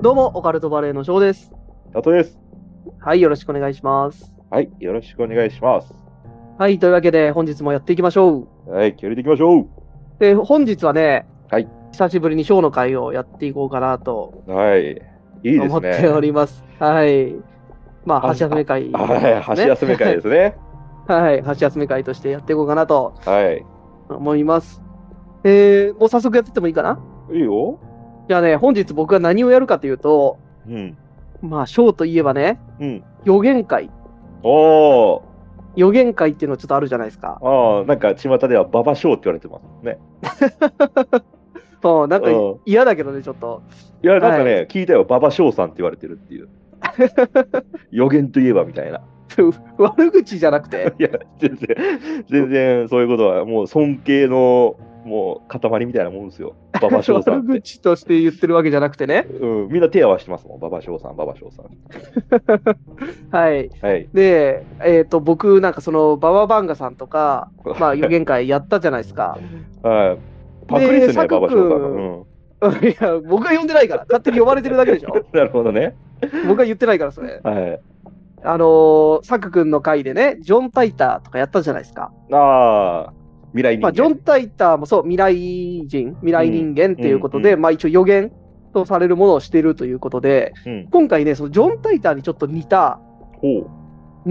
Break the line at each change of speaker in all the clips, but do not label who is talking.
どうも、オカルトバレーの翔です。
たとです。
はい、よろしくお願いします。
はい、よろしくお願いします。
はい、というわけで、本日もやっていきましょう。
はい、距離でいきましょう。
で、本日はね、
はい
久しぶりにショーの会をやっていこうかなと
はい、いいで
思
す
ってお
ね。
ります。はい。ま
あ
あ、橋休め会、
はい、箸休め会で すね。
はい、箸休め会としてやっていこうかなと
はい。
思います。えー、もう早速やってってもいいかない
いよ。
じゃあね、本日僕が何をやるかというと、
うん。
まあ、ショーといえばね、
うん。
予言会。
おー
予言会っていうのちょっとあるじゃないですか。
ああ、なんか巷ではババショーって言われてますね。
そう、なんか
うん
嫌だけどね、ちょっと。
いや、なんかね、聞いたよ、ババショーさんって言われてるっ ていう。予言といえばみたいな。
悪口じゃなくて。
いや、全然、全然そういうことは、もう尊敬の、もう塊みたいなもんですよ。ババショーさん
悪
って。
口として言ってるわけじゃなくてね。
うん、みんな手合わせてますもん、ババショーさん、ババショーさん。
はい。
はい。
で、えっ、と、僕、なんかその、バババンガさんと か、まあ、予
はい
言会やったじゃないですか。
はい。パクリですね、
で
馬場翔さん
佐久
の。
いや、僕が呼んでないから、勝手に呼ばれてるだけでし ょ。
うん。なるほどね。
僕が言ってないから、それ。
はい。
あのー、サク君の会でね、ジョン・タイターとかやったじゃないですか。
ああ、未来人間
まあ、ジョン・タイターもそう、未来人、未来人間っていうことで、
うんう
まあ、一応予言とされるものをしているということで、
うん。
今回ね、そのジョン・タイターにちょっと似た、
ほう。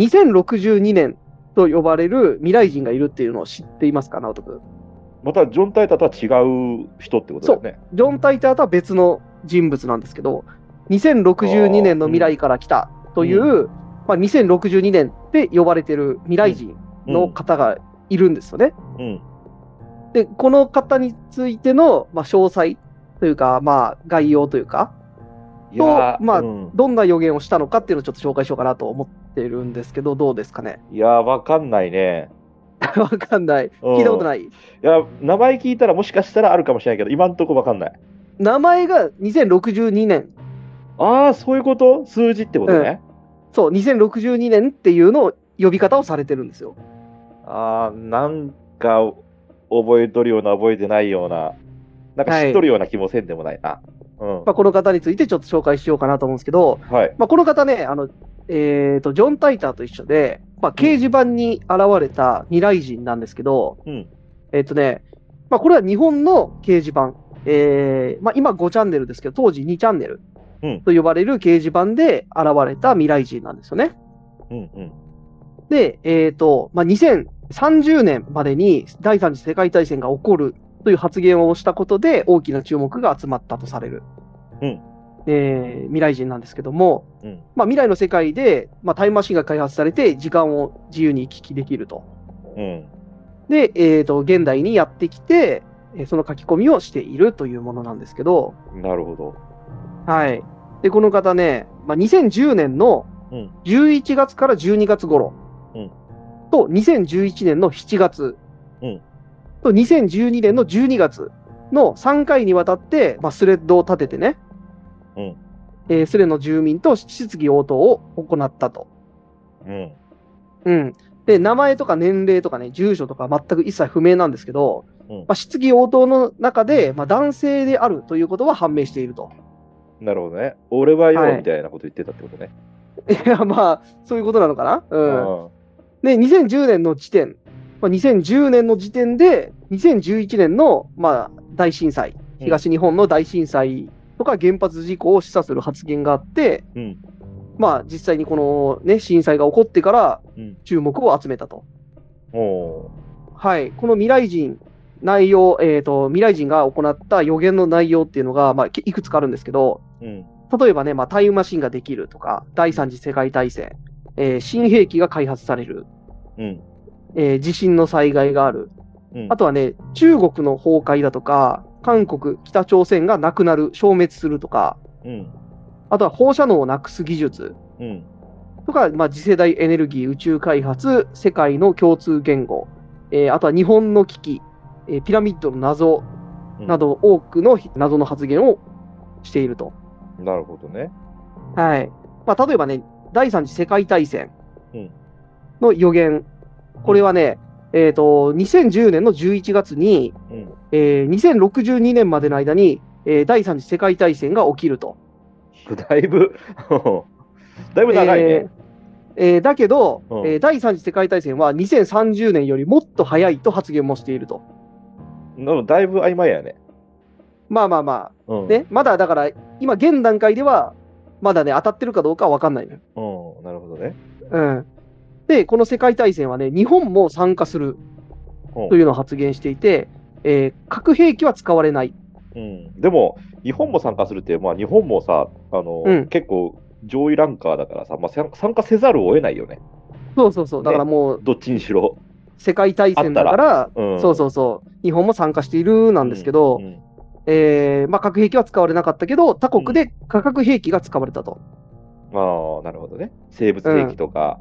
2062年と呼ばれる未来人がいるっていうのを知っていますか、直人君。
また、ジョン・タイタとは違う人ってことだよね。
ジョン・タイターとは別の人物なんですけど、2062年の未来から来たという、
あー
まあ、2062年って呼ばれてる未来人の方がいるんですよね。
うん。
で、この方についての、まあ、詳細というか、まあ、概要というか、
いやー
まあ
うん
どんな予言をしたのかっていうのをちょっと紹介しようかなと思ってるんですけど、どうですかね。
いやー、わかんないね。
わかんない。
うん
聞いたことない。
いや、名前聞いたらもしかしたらあるかもしれないけど、今んとこわかんない。
名前が2062年
ああ、そういうこと数字ってことね。
そう、2062年っていうのを呼び方をされてるんですよ。
ああ、なんか、覚えとるような、覚えてないような、なんか知っとるような気もせんでもないな。うん
ま。あ、この方についてちょっと紹介しようかなと思うんですけど、
はい。
まあ、この方ね、あのえー、とジョン・タイターと一緒で、まあ、掲示板に現れた未来人なんですけど、
うん。
えっ、とね、まあ、これは日本の掲示板、えーまあ、今5チャンネルですけど、当時2チャンネル
うん
と呼ばれる掲示板で現れた未来人なんですよね。
うんうん。
で、えーとまあ、2030年までに第三次世界大戦が起こるという発言をしたことで大きな注目が集まったとされる、
うん
えー未来人なんですけども、
うん
まあ、未来の世界で、まあ、タイムマシンが開発されて時間を自由に行き来できると。
うん。
で、えーと現代にやってきて、えーその書き込みをしているというものなんですけど、
なるほど。
はい、でこの方ね、まあ、2010年の
うん
11月から12月頃、
うん
と2011年の7月、
うん
と2012年の12月の3回にわたって、まあ、スレッドを立ててね、
うん
えースレの住民と質疑応答を行ったと。
うん。
うん、で名前とか年齢とかね、住所とか全く一切不明なんですけど、
うん
まあ、質疑応答の中で、まあ、男性であるということは判明していると。
なるほどね。俺は
は
よ
い、
みたいなこと言ってたってことね。
いや、まあ、そういうことなのかな。
う
うん、
ん。
で、2010年の時点、まあ、2010年の時点で、2011年の、まあ、大震災、東日本の大震災とか原発事故を示唆する発言があって、
うん
まあ、実際にこの、ね、震災が起こってから
うん
注目を集めたと。
おー
はい、この未来人、内容、えーと、未来人が行った予言の内容っていうのが、まあ、いくつかあるんですけど、
うん。
例えばね、まあ、タイムマシンができるとか、第三次世界大戦、えー新兵器が開発される、
うん。
えー地震の災害がある、
うん
あとはね、中国の崩壊だとか、韓国、北朝鮮がなくなる、消滅するとか、
うん。
あとは放射能をなくす技術
うん。
とか、まあ、次世代エネルギー、宇宙開発、世界の共通言語、えーあとは日本の危機、えーピラミッドの謎
うん
な。ど、多くの謎の発言をしていると。
なるほどね。
はいまあ、例えばね、第三次世界大戦
うん
の予言、これはね、えー、と2010年の11月に、
うん。
えー2062年までの間に、えー第三次世界大戦が起きると。
だいぶ、 だいぶ長いね。
えーえーだけど、
うん
えー第3次世界大戦は2030年よりもっと早いと発言もしていると。
なのだいぶ曖昧やね。
まあまあま
う
あ、
ん。
ね、まだだから、今現段階では、まだね、当たってるかどうかは分かんないのよ。
うん、なるほどね。
うん。で、この世界大戦はね、日本も参加する
うん
というのを発言していて、えー核兵器は使われない。
うん、でも、日本も参加するって、まあ、日本もさ、あの
うん
結構上位ランカーだからさ、まあ、参参加せざるを得ないよね、
そうそうそう、だからもう、
どっちにしろ。
世界大戦だから、
うん、
そうそうそう、日本も参加しているなんですけど、
うん
えーまあ、核兵器は使われなかったけど、他国で化学兵器が使われたと。
ああ、なるほどね。生物兵器とか、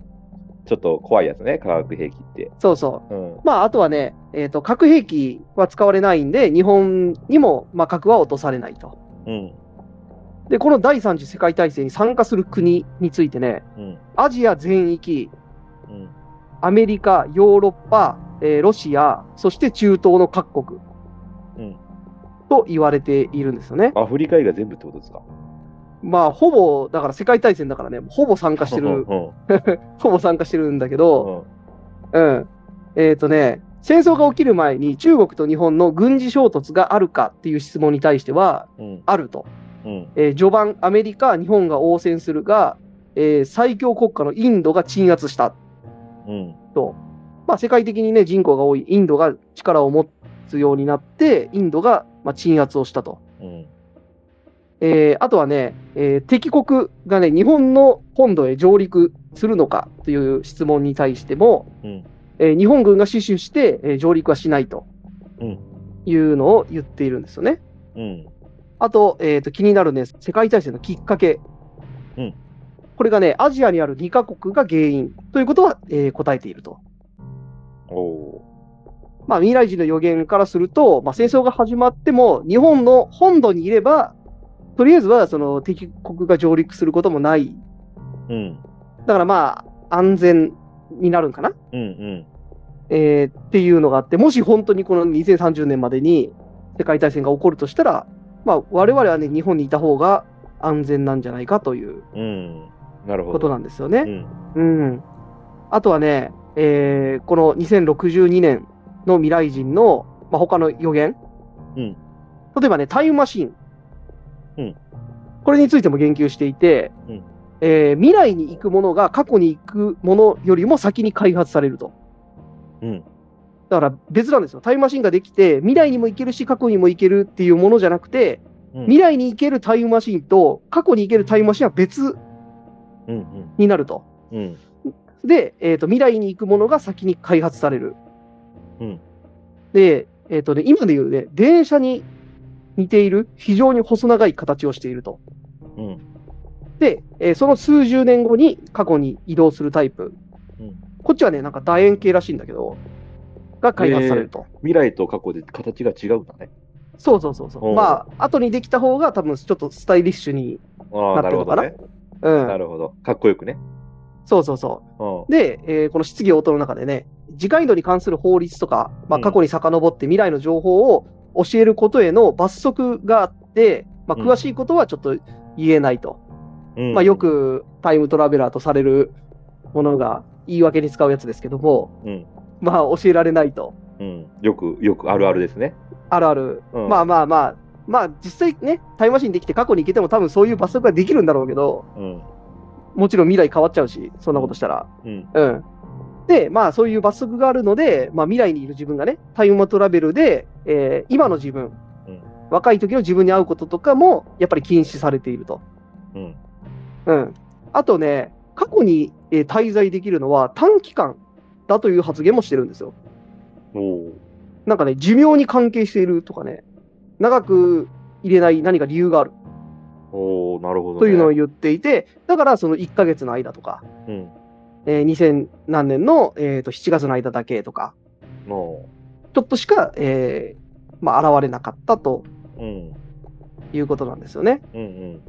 ちょっと怖いやつね、化学兵器って。
そうそう。
うん、
まあ、あとはね、えーと、核兵器は使われないんで、日本にも、まあ、核は落とされないと。
うん、
で、この第三次世界大戦に参加する国についてね、
うん、
アジア全域、
うん。
アメリカ、ヨーロッパ、えーロシア、そして中東の各国、
うん
と言われているんですよね。
アフリカ以外全部ってことですか
まあ、ほぼ、だから世界大戦だからね、ほぼ参加して
う
る、
んうん
ほぼ参加してるんだけ
う
ど、
ん
うん。えっ、とね、戦争が起きる前に中国と日本の軍事衝突があるかっていう質問に対しては、
うん
あると。
うん
えー序盤、アメリカ、日本が応戦するが、えー最強国家のインドが鎮圧した。
うん
まあ、世界的にね、人口が多いインドが力を持つようになって、インドが、まあ、鎮圧をしたと。
うん
えーあとはね、えー敵国がね、日本の本土へ上陸するのかという質問に対しても、
うん
えー日本軍が死守して、えー上陸はしないと
うん
いうのを言っているんですよね。
うん
あと、えーと気になるね、世界大戦のきっかけ。
うん
これがね、アジアにある2カ国が原因ということは、えー答えていると。
おお
まあ、未来人の予言からすると、まあ、戦争が始まっても、日本の本土にいれば、とりあえずはその敵国が上陸することもない。
ーうん
だからまあ、安全になるんかな、
うんうん
えーっていうのがあって、もし本当にこの2030年までに世界大戦が起こるとしたら、まあ、我々はね、日本にいた方が安全なんじゃないかという
うんなるほど
ことなんですよね。
うん
うん。あとはね、えーこの2062年の未来人の、まあ、他の予言、
うん
例えばね、タイムマシン、
うん
これについても言及していて、
うん
えー未来に行くものが過去に行くものよりも先に開発されると。
うん
だから別なんですよ。タイムマシンができて、未来にも行けるし、過去にも行けるっていうものじゃなくて、
うん
未来に行けるタイムマシンと、過去に行けるタイムマシンは別
うんうん
になると。
うん
で、えー、と未来に行くものが先に開発される。
うん
で、えーとね、今で言うね、電車に似ている、非常に細長い形をしていると。
うん
で、えーその数十年後に過去に移動するタイプ。
うん
こっちはね、なんか楕円形らしいんだけど、が開発されると。
未来と過去で形が違うんだね
そうそうそうそ
お
う。
う
まあ、後にできた方が多分ちょっとスタイリッシュに。
ああ
な
な
って
る
ん
ほ
のか
ど
な
ね
うん。
なるほどかっこよくね
そうそうそう。
うん
で、えーこの質疑応答の中でね、時間移動に関する法律とか、まあ、
うん
過去に遡って未来の情報を教えることへの罰則があって、まあ、
うん
詳しいことはちょっと言えないと、
うん
まあ、よくタイムトラベラーとされるものが言い訳に使うやつですけども、
うん
まあ、教えられないと、
うんよくよくあるあるですね
あるある、
うん
まあまあまあ、まあ、実際ね、タイムマシンできて過去に行けても、多分そういう罰則ができるんだろうけど、
うん
もちろん未来変わっちゃうし、そんなことしたら。
うん
うん。で、まあそういう罰則があるので、まあ未来にいる自分がね、タイムトラベルで、えー今の自分、
うん
若い時の自分に会うこととかも、やっぱり禁止されていると。
うん
うん。あとね、過去に、えー滞在できるのは短期間だという発言もしてるんですよ。
おお
なんかね、寿命に関係しているとかね、長く入れない何か理由がある
おおなるほどね
というのを言っていて、だからその1ヶ月の間とか、
うん
えー2000何年の、えーと7月の間だけとか、
も
ちょっとしか、えーまあ、現れなかったと
ううん
いうことなんですよね。
うんうん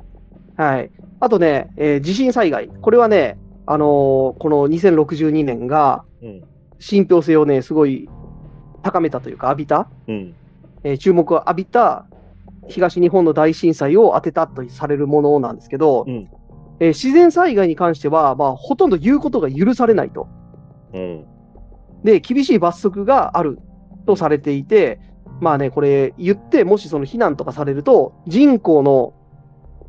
はい、あとね、えー地震災害、これはね、あのーこの2062年が
うん
信憑性をね、すごい高めたというか、浴びた、
うん
えー注目を浴びた東日本の大震災を当てたとされるものなんですけど、
うん
えー自然災害に関しては、まあ、ほとんど言うことが許されないと。
うん。
で、厳しい罰則があるとされていて、まあね、これ言って、もしその避難とかされると、人口の、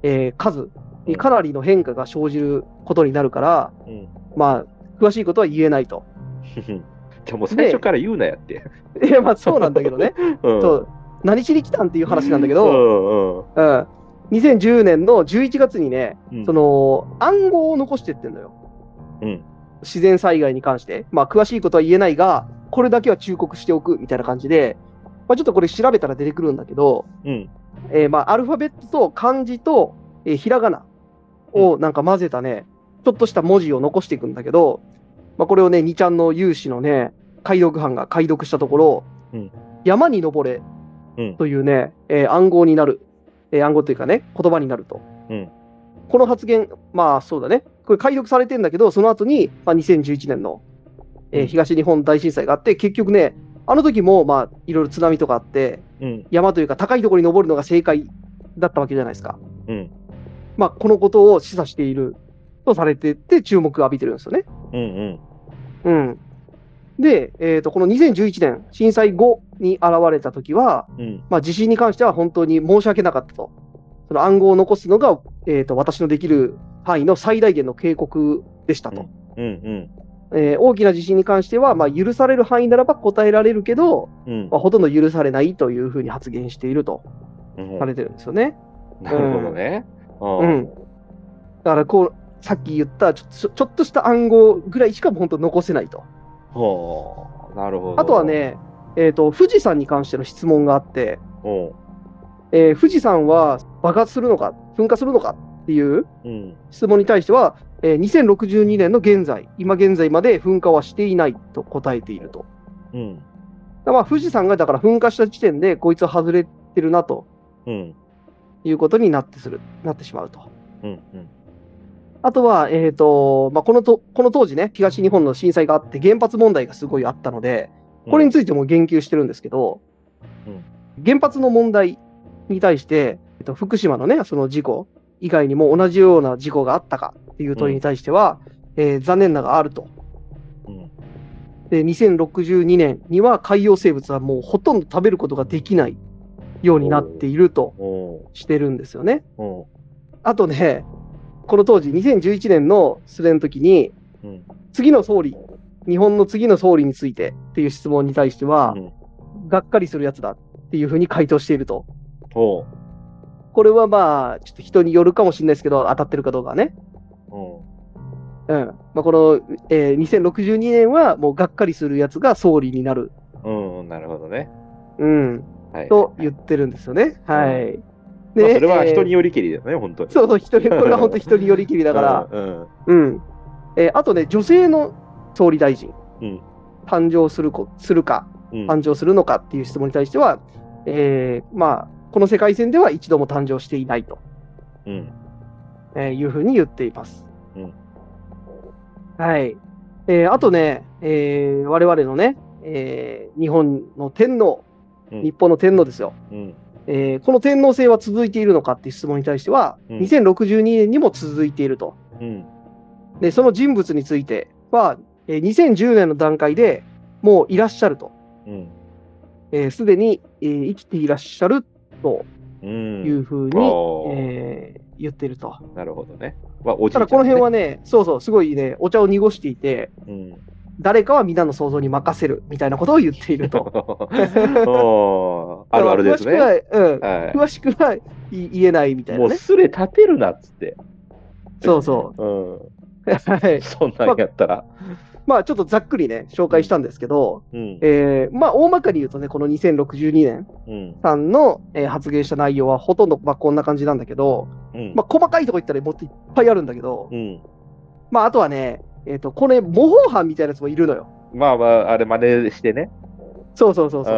えー数にかなりの変化が生じることになるから、
うん。
まあ、詳しいことは言えないと。
じゃあもう最初から言うなやって。
いや、まあそうなんだけどね。
う ん。
そう何しに来たんっていう話なんだけ
う
ど、
んうん。
うん、2010年の11月にね、
うん
その暗号を残してってんのよ。
うん
自然災害に関して。まあ、詳しいことは言えないが、これだけは忠告しておくみたいな感じで、まあ、ちょっとこれ調べたら出てくるんだけど、
うん。
えーまあ、アルファベットと漢字と、えーひらがなをなんか混ぜたね、ちょっとした文字を残していくんだけど、まあ、これをね、2ちゃんの有志のね、解読班が解読したところ、
うん
山に登れ
うん。
というね、えー暗号になる、えー暗号というかね、言葉になると。
うん
この発言、まあそうだね、これ解読されてんだけど、その後に、まあ、2011年の、えー
うん
東日本大震災があって、結局ね、あの時もまあいろいろ津波とかあって、
うん。
山というか高いところに登るのが正解だったわけじゃないですか。
うん。
まあこのことを示唆しているとされてて、注目を浴びてるんですよね。
うん。うん。
うん。で、えー、とこの2011年、震災後に現れたときは、
うん。
まあ、地震に関しては本当に申し訳なかったと。その暗号を残すのが、えー、と私のできる範囲の最大限の警告でしたと。
うん。
えー大きな地震に関しては、まあ、許される範囲ならば答えられるけど、
うん。
まあ、ほとんど許されないというふうに発言していると
うん
されてるんですよね。
なるほどね。
う。
うん
だからこう、さっき言ったちょちょちょっとした暗号ぐらいしか本当残せないと。
ほう。なるほど。
あとは、ね、えー、と富士山に関しての質問があって、
うん。
えー富士山は爆発するのか、噴火するのかっていう
うん。
質問に対しては、えー2062年の現在、今現在まで噴火はしていないと答えていると。
うん。
だまあ、富士山がだから噴火した時点で、こいつは外れてるなと
うん。
いうことになってするなってしまうと。
うん。うん。
あとは、えーとまあ、このとこの当時ね、東日本の震災があって、原発問題がすごいあったので、これについても言及してるんですけど、
うん
原発の問題に対して、えっと、福島のね、その事故以外にも同じような事故があったかっていう問いに対しては、えー残念ながらあると。
うん。
で、2062年には海洋生物はもうほとんど食べることができないようになっていると
おう
してるんですよね。
おう
あとね、この当時、2011年の失恋の時に、
うん。
次の総理、日本の次の総理についてっていう質問に対しては、
うん
がっかりするやつだっていうふうに回答していると。
おう
これはまあ、ちょっと人によるかもしれないですけど、当たってるかどうかはね。
おう
うん。まあ、この、えー2062年はもうがっかりするやつが総理になる。
うん。なるほどね。
うん。
はい。
と言ってるんですよね。はい。
まあそれは人に
よ
よりきりだよね、本当
り、
に。
そうそう、人に、これは本当人によりきりだから。
うん。
うん。えーあとね、女性の総理大臣。
うん
誕生するこするか、
うん。
誕生するのかっていう質問に対しては、えーまあ、この世界線では一度も誕生していないと、
うん。
えーいうふうに言っています。
うん
はい。えーあとね、えー我々のね、えー日本の天皇、
うん
日本の天皇ですよ、
うん。
えーこの天皇制は続いているのかっていう質問に対しては、
うん
2062年にも続いていると。
うん。
で、その人物については、えー2010年の段階でもういらっしゃると。
うん。
えーすで、に、えー生きていらっしゃると
うん。
いうふうに、
おー
えー言ってると。
なるほどね。まあ、おじいち
た
ゃ
だ
ん
この辺はね、そうそう、すごいね、お茶を濁していて、
ね。
誰かは皆の想像に任せるみたいなことを言っている と。
うん。おー あるあるですね。
だから
は
詳しくは、うん、詳しくはい言えないみた
い。
い
も
な
う
ね。
すれ立てるなっつって。
そうそうう。はい
ん。。そんなんやったら。
まあちょっとざっくりね、紹介したんですけど、
うん。
えーまあ大まかに言うとね、この2062年
うん。
さんの、えー発言した内容はほとんど、まあ、こんな感じなんだけど、
うん
まあ細かいとこ言ったらもっといっぱいあるんだけど、
うん。
まああとはね、えっ、と、これ模倣犯みたいなやつもいるのよ。
まあまあ、あれ真似してね。
そうそうそう
う
そ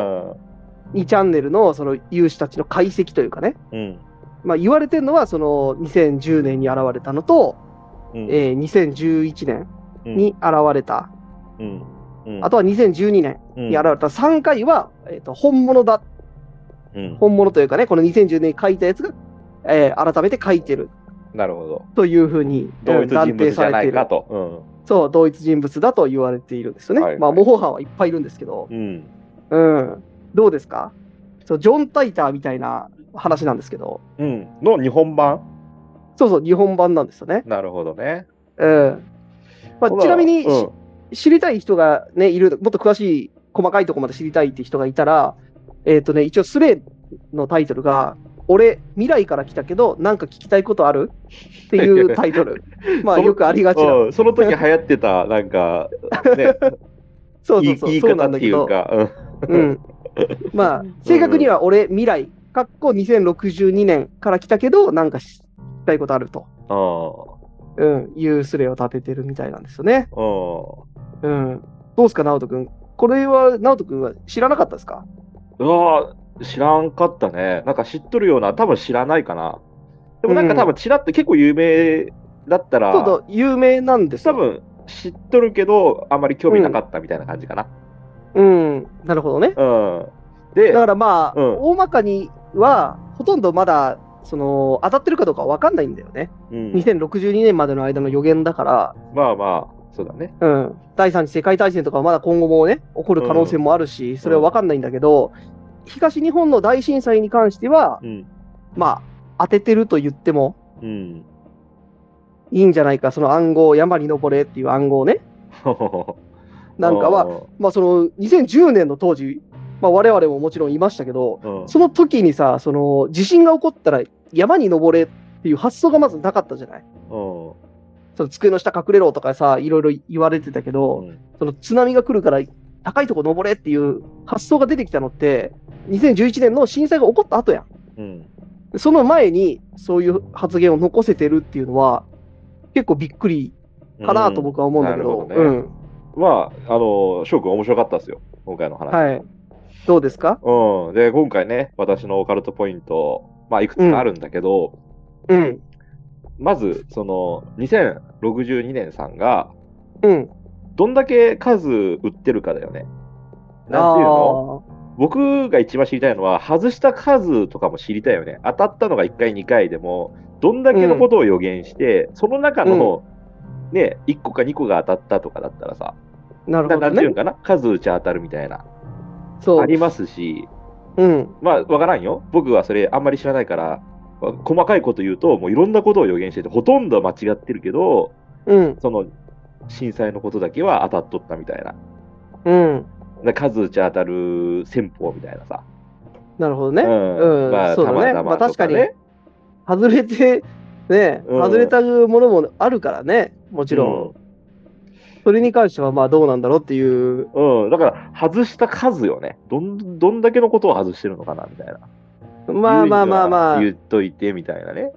う。
ん。
2チャンネルのその有志たちの解析というかね、
うん。
まあ、言われてるのはその2010年に現れたのと、
うん
えー2011年に現れた、
うん。うん
あとは2012年
うん
に現れた3回は、えーと本物だっ
うん。
本物というかね、この2010年に書いたやつが、えー改めて書いてる
なるほど。
というふうにえ
同一
ー
人
断定
物じ
さ
ゃ
れ
な
てい
い
る
か。と。
そう、同一人物だと言われているんですよね。
はい
まあ、模倣犯はいっぱいいるんですけど、
うん。うん。
うん。どうですかそうジョン・タイターみたいな話なんですけど、
うん。の日本版
そうそう、日本版なんですよね。
なるほどね。
うん。まあ、
ほら
ちなみに、
うん
知りたい人がね、いる、もっと詳しい、細かいところまで知りたいって人がいたら、えっ、とね、一応、スレのタイトルが、俺、未来から来たけど、なんか聞きたいことあるっていうタイト ル。まあ、
その
よくありがちな。
うんその時流行ってた、なんか、ね、
そう
言
そうそう、
い言い
そうな
方
ん
っ
だ
て
け
い
ど
う。か、うん
うん、まあ正確には俺未来かっこ2062年から来たけどなんかしたいことあると、
う
うん、いうスレを立ててるみたいなんですよね、
ん。うん。
うん、どうですか直人君これは直人君は知らなかったですか
うわー知らんかったね。なんか知っとるような、多分知らないかな。でもなんか
うん
多分ちらっと結構有名だったら、
ちょっと有名なんです
多
よ
分知っとるけど、あんまり興味なかったみたいな感じかな。
うんなるほどね
うん。で、
だからまあ、
うん
大まかにはほとんどまだその当たってるかどうかわかんないんだよね、
うん
2062年までの間の予言だから、
まあまあ、そうだね。
うん、第三次世界大戦とかはまだ今後もね、起こる可能性もあるし、それは分かんないんだけど、東日本の大震災に関しては、
うん。
まあ、当ててると言っても
うん。
いいんじゃないか、その暗号、山に登れっていう暗号ね、なんかは、
は、
まあ、その2010年の当時、まあ、我々ももちろんいましたけど、
うん
その時にさ、その地震が起こったら山に登れっていう発想がまずなかったじゃない。
うん
その机の下隠れろとかさ、いろいろ言われてたけど、
うん
その津波が来るから高いとこ登れっていう発想が出てきたのって、2011年の震災が起こった後やん。
うん。
でその前にそういう発言を残せてるっていうのは、結構びっくりかなと僕は思うんだけど、
うんな
う
るほ
ん、
どまあ、あの、翔くん面白かったですよ、今回の話。
はい。どうですか
うん。で、今回ね、私のオカルトポイント、まあ、いくつかあるんだけど、
うん、
まず、その、2062年さんが、
うん。
どんだけ数売ってるかだよね。なんていうの
あ
僕が一番知りたいのは、外した数とかも知りたいよね。当たったのが1回、2回でも、どんだけのことを予言して、その中の、ね、1個か2個が当たったとかだったらさ、
ーなる
な
ほ
な
ど
んていう
ね
の。かな、数打ち当たるみたいな、
そ
あ
う。
りますし、
うん。
まあ、わからんよ。僕はそれあんまり知らないから、わ細かいこと言うと、もういろんなことを予言してて、ほとんど間違ってるけど、
うん。
その震災のことだけは当たっとったみたいな。
うん。
で数打ち当たる戦法みたいなさ。
なるほどね。
うん
うん
まあ、
そう
た
だ
ま
ね
た
まあ
まと
確か
か
に
ね。
外れて、ね、
うん
外れたものもあるからね、もちろん。それに関してはまあどうなんだろうっていう、
うん。うん。だから、外した数よね。どんどんだけのことを外してるのかなみたいな。
まあまあまあまあ、
言っといてみたいなね。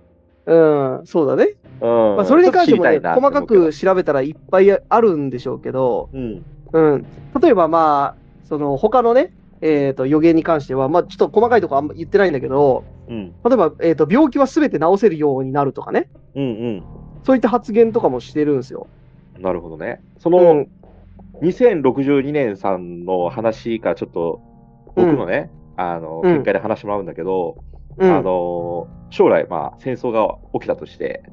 うん、そうだね。
うん。
まあ、それに関しても、
ちょ
ね、
っと知りたいなって
細
思
か
うけど
く。調べたらいっぱいあるんでしょうけど、
うん。
うん、例えばまあ、その他のね、えー、と予言に関しては、まあ、ちょっと細かいとこあんま言ってないんだけど、
うん。
例えば、えー、と病気はすべて治せるようになるとかね、
うん
そういった発言とかもしてるんですよ。
うん。なるほどね。そうの、
ん、
2062年さんの話からちょっと、僕のね、あの、
うん
見解で話してもらうんだけど、
うん、
あの将来、まあ、戦争が起きたとして、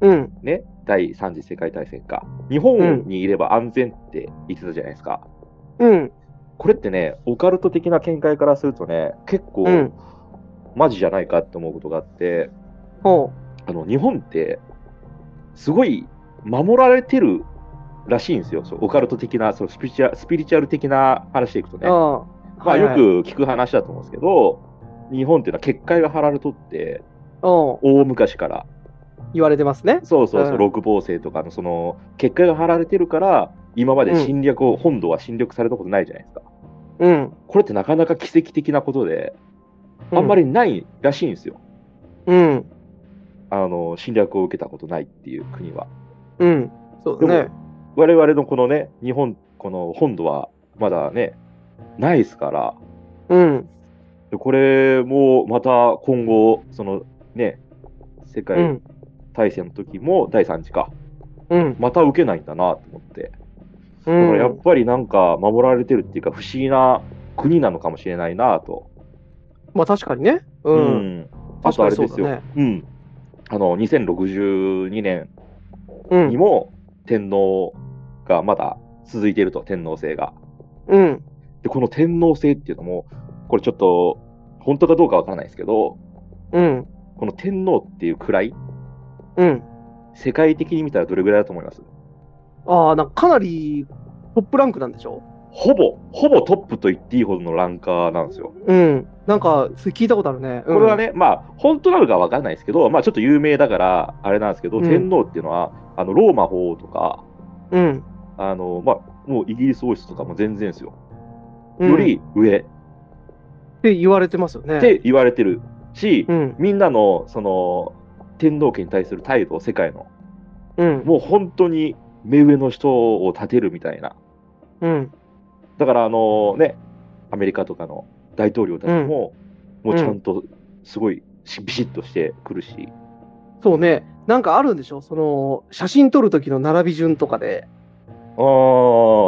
うん、
ね、第3次世界大戦か、日本にいれば安全って言ってたじゃないですか。
うん、
これってね、オカルト的な見解からするとね、結構、
うん、
マジじゃないかって思うことがあって、
ほ
あの日本って、すごい守られてるらしいんですよ、そうオカルト的な、そのスピリチュアスピリチュアル的な話でいくと
う、
ね。
ああ
まあ、
はい
よ
はい
く聞く話だと思うんですけど、日本っていうのは結界が張られとって、
うん
大昔から。
言われてますね。
そうそうそう、
うん
六芒星とかのその結果が張られてるから、今まで侵略を、本土は侵略されたことないじゃないですか。
うん、
これってなかなか奇跡的なことで、あんま
り、
りないらしいんですよ。
うん、
あの侵略を受けたことないっていう国は。
うん、そうだね。
我々のこのね、日本、この本土はまだね、ないですから、
うん、
でこれもまた今後、そのね、世
う
界
ん、
大戦の時も第3次か、
うん、
また受けないんだなと思って。
う
だからや
ん
っ。ぱりなんか守られてるっていうか不思議な国なのかもしれないなと
まあ確かにね。う。
うんんあ
確
と
か
あ
に
れ
そ
で
う
すよ、
だね。
うん、あの2062年
う
に
ん。
も天皇がまだ続いていると、天皇制が。
うん。
で、この天皇制っていうのも、これちょっと本当かどうかわからないですけど、
うん。
この天皇っていう位、
うん。
世界的に見たらどれぐらいだと思います
ああ、なんかかなりトップランクなんでしょ
ほぼ、ほぼトップと言っていいほどのランカーなんですよ。
うん。なんか、それ聞いたことあるね。
こ
うん
れは。ね、まあ、本当なのかわからないですけど、まあ、ちょっと有名だから、あれなんですけど、
うん
天皇っていうのは、あのローマ法王とか、
うん。
あのまあ、もうイギリス王室とかも全然ですよ。
うん
より上
って言われてますよね。
って言われてるし、
うん。
みんなのその天皇家に対する態度を世界の
うん。
もう本当に目上の人を立てるみたいな
うん。
だからあのねアメリカとかの大統領たちも、
うん
もうちゃんとすごいしビシッとしてくるし、
そうね。なんかあるんでしょその、写真撮る時の並び順とかで、
あ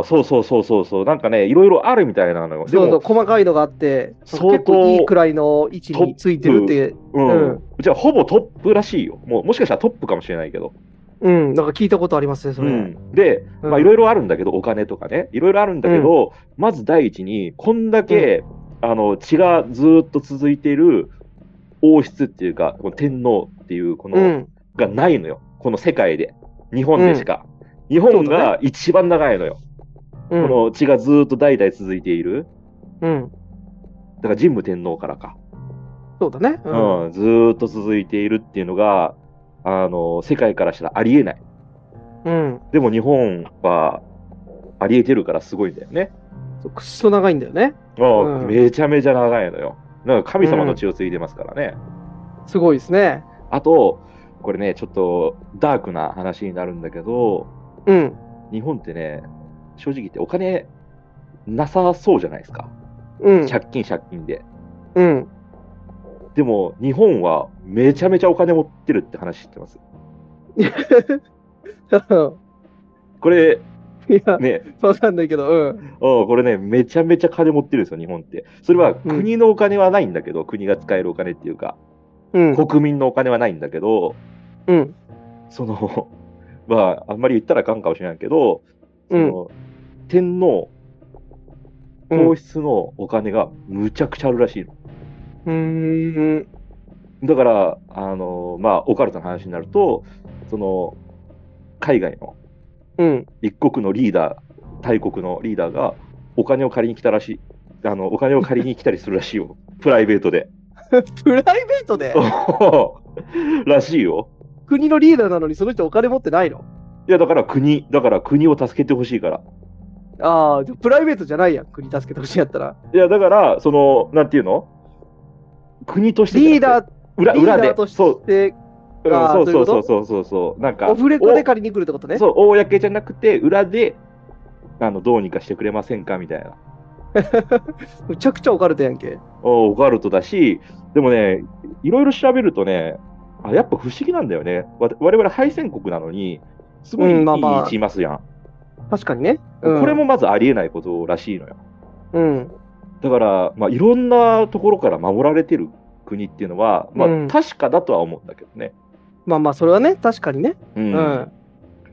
あそうそうそうそうそうなんかねいろいろあるみたいなのよで
そうそう
も
細かいのがあって、その
相
結
当
構いいくらいの位置についてるって、
うん
うん
じゃあほぼトップらしいよもうもしかしたらトップかもしれないけど
うん、なんか聞いたことありますね、それ。
うん、で、
うん
まあ、いろいろあるんだけど、お金とかね、いろいろあるんだけど、まず第一に、こんだけ、あの血がずーっと続いている王室っていうか、この天皇っていうこの、
うん。
がないのよ、この世界で、日本でしか。日
そう
本
だ
が一番長いのよ、
う
こ
ん。
の血がずーっと代々続いている、
うん。
だから神武天皇からか、
そうだね。う。
うんんずーっと続いているっていうのが、あの世界からしたらありえない。
うん。
でも日本はありえてるからすごいんだよね。
そうくっそ長いんだよね。
ああ
うん
めちゃめちゃ長いのよ。なんか神様の血を継いでますからね。
すごいですね。
あと、これね、ちょっとダークな話になるんだけど、
うん。
日本ってね、正直言ってお金なさそうじゃないですか。
うん。
借金借金で。
うん。
でも、日本はめちゃめちゃお金持ってるって話知ってます。これ
いや、
ね、
わかんないけど、うん。
ああこれね、めちゃめちゃ金持ってるんですよ、日本って。それは
うん
国のお金はないんだけど、国が使えるお金っていうか、
うん。
国民のお金はないんだけど、
うん。
その、 まあ、あんまり言ったらあかんかもしれないけど、その天皇、
うん
皇室のお金がむちゃくちゃあるらしいの。
うーん。
だから、あの、まあ、オカルトの話になると、その、海外の
うん。
一国のリーダー、大国のリーダーがお金を借りに来たらしい。あのお金を借りに来たりするらしいよ、プライベートで。
プライベートで
らしいよ。
国のリーダーなのにその人お金持ってないの
いや、だから国、だから国を助けてほしいから。
ああ、じゃあプライベートじゃないやん。国助けてほしいやったら。
いや、だから、その、なんていうの国として
リーダ
ー、
ー、
裏
リー
裏
ダ
で
ー、とし
そう、
て、
うん
あー
そうそう
そう
そ
いう
うそうそうそう、なんか、
オフレコで借りに来るってこと
お
ね。
そう、公じゃなくて、裏で、あの、どうにかしてくれませんかみたいな。
むちゃくちゃオカルトやんけ。
おオカルトだし、でもね、いろいろ調べるとね、あやっぱ不思議なんだよね。わ我々敗戦国なのに、すごいいい
うん
位
まあまあ
置いますやん。
確かにね。うん
これも、まずありえないことらしいのよ。
うん。
だから、まあ、いろんなところから守られてる国っていうのは、まあ
うん
確かだとは思うんだけどね。
まあまあ、それはね、確かにね。
うん
うん。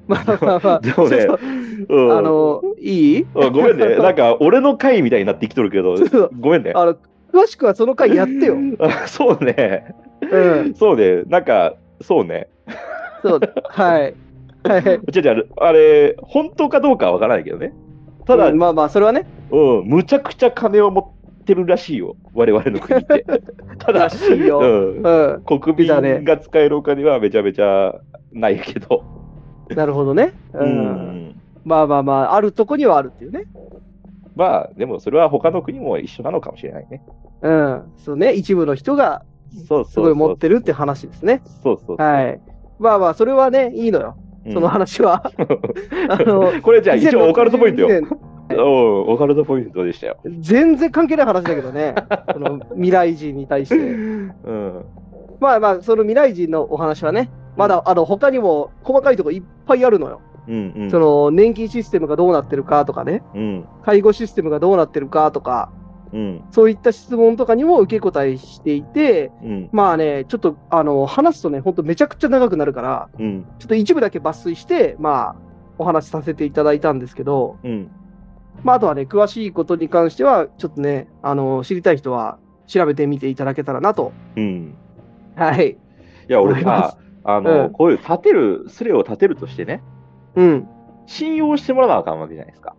まあまあまあ、
でもね
ちょっ
うん
とあの、いい
うんごめん ね、なんか俺の回みたいになってきとるけ
そう
ど、ごめんね。
あの、詳しくはその回やって よ。
あそうね、
うん。
そうね、なんか、そうね、
そう。はい。はい。
じゃじゃあれ、本当かどうかは分からないけどね、ただ、
う
うんん
まあまあ、それはね。
むちゃくちゃ金を持ってるらしいよ、我々の 国って。ただ
ら、しいよ。
う
うん。
ん、国民が使えるお金はめちゃめちゃないけど、
なるほどね。
う
うん。
ん、
まあまあまあ、あるとこにはあるっていうね。
まあ、でもそれは他の国も一緒なのかもしれないね。
うん。そうね。一部の人が
そうそうそう
すごい持ってるって話ですね。
そうそうそう
はい。まあまあ、それはね、いいのよ。
うん
その話は。 あの、
これじゃあ 一応オカルトポイントよ。
2062
うんオカルトポイントでしたよ。
年全然関係ない話だけどね。その未来人に対して。
うん
まあまあ、その未来人のお話はね、まだ、あの、他にも細かいとこいっぱいあるのよ。
うんうん
その、年金システムがどうなってるかとかね、
うん
介護システムがどうなってるかとか、
うん。
そういった質問とかにも受け答えしていて、
うん。
まあね、ちょっとあの話すとね、ほんとめちゃくちゃ長くなるから、
うん。
ちょっと一部だけ抜粋して、まあ、お話しさせていただいたんですけど、
うん。
まあ、あとはね、詳しいことに関しては、ちょっとね、あの知りたい人は調べてみていただけたらなと。
うん。
はい。
いや、俺
思います
さ、あの、
うん
こういう立てる、スレを立てるとしてね、
うん。
信用してもらわなあかんわけじゃないですか。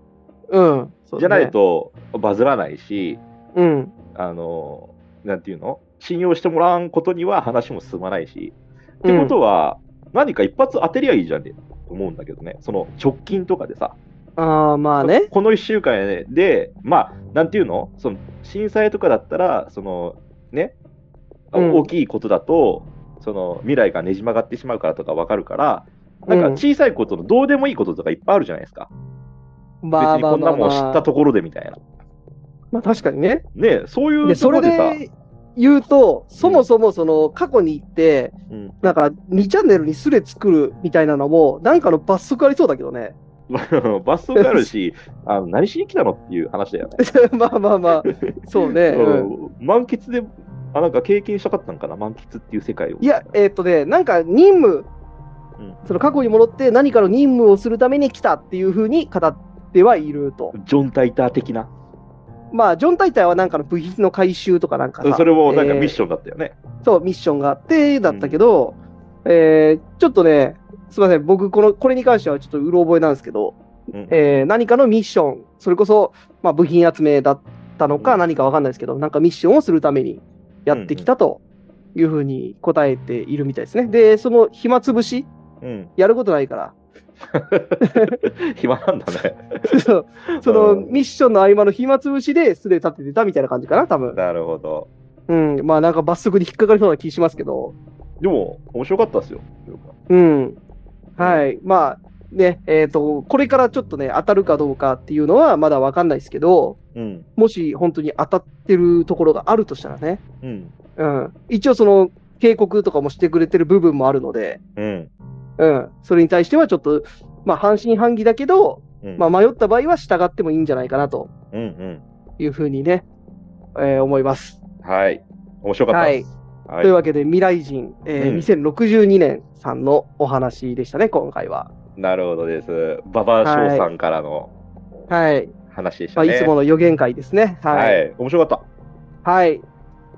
うん。そう
じ
だ
ゃ
ね
ない。と、バズらないし、
うん。
あの、なんていうの信用してもらわんことには話も進まないし。ってことは、何か一発当てりゃいいじゃんねと思うんだけどね、その直近とかでさ、
ああ、まあね。
この1週間で、でまあ、なんていうの、その震災とかだったら、そのね、あ
うん
大きいことだと、その未来がねじ曲がってしまうからとかわかるから、なんか
うん
小さいことのどうでもいいこととかいっぱいあるじゃないですか、
ま
別にこんなもん知ったところでみたいな。
まあ確かにね。
ねそういう
で、
と
そ
ころ
れ
でさ、
で言うと、そもそもその過去に行って、
うん、
なんか2チャンネルにスレ作るみたいなのも、なんかの罰則ありそうだけどね。
罰則あるし、あの何しに来たのっていう話だよね。
まあまあまあ、そうね。うん
うん満喫で、あ、なんか経験したかったんかな、満喫っていう世界を。
いや、えーっとね、なんか任務
うん、
その過去に戻って何かの任務をするために来たっていうふうに語ってはいると。
ジョン・タイター的な。
まあ、ジョン大隊はなんかの部品の回収とかなんかさ
それもなんかミッ
ョン
ションだったよね。
そう、ミッションがあって、だったけど、えーちょっとね、すみません、僕この、これに関してはちょっとうろ覚えなんですけど、
うん
えー何かのミッション、それこそ、まあ、部品集めだったの
う
か、
ん
何かわかんないですけど、なんかミッションをするためにやってきたというふうに答えているみたいですね。で、その暇つぶし、
うん。
やることないから、
暇なんだね。
そうその
うん
ミッションの合間の暇つぶしで、素で立ててたみたいな感じかな、多分
なるほど。
うん、まあ、なんか罰則に引っかかりそうな気しますけど。
でも、面白かったですよ。
うん。はい。まあ、ね、えっ、と、これからちょっとね、当たるかどうかっていうのはまだわかんないですけど、
うん。
もし本当に当たってるところがあるとしたらね、
うん。
うん。一応その、警告とかもしてくれてる部分もあるので、
うん。
うん。それに対してはちょっと、まあ、半信半疑だけど、
うん。
まあ、迷った場合は従ってもいいんじゃないかなと
うんうん。
いうふうにね、えー思います。
はい。面白かったです。は
というわけで、未来人、えー
うん
2062年さんのお話でしたね、今回は。
なるほどです。馬場翔さんからの
はい。
話で
ま
した
あ、
ね。
いつもの予言会ですね。はい
はい。面白かっ
はい。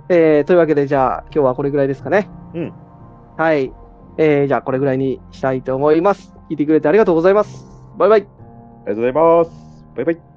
えーというわけで、じゃあ、今日はこれぐらいですかね。
うん。
はい。えーじゃあ、これぐらいにしたいと思います。聞いてくれてありがとうございます。バイバイ。
た。ありがとうございます。バイバイ。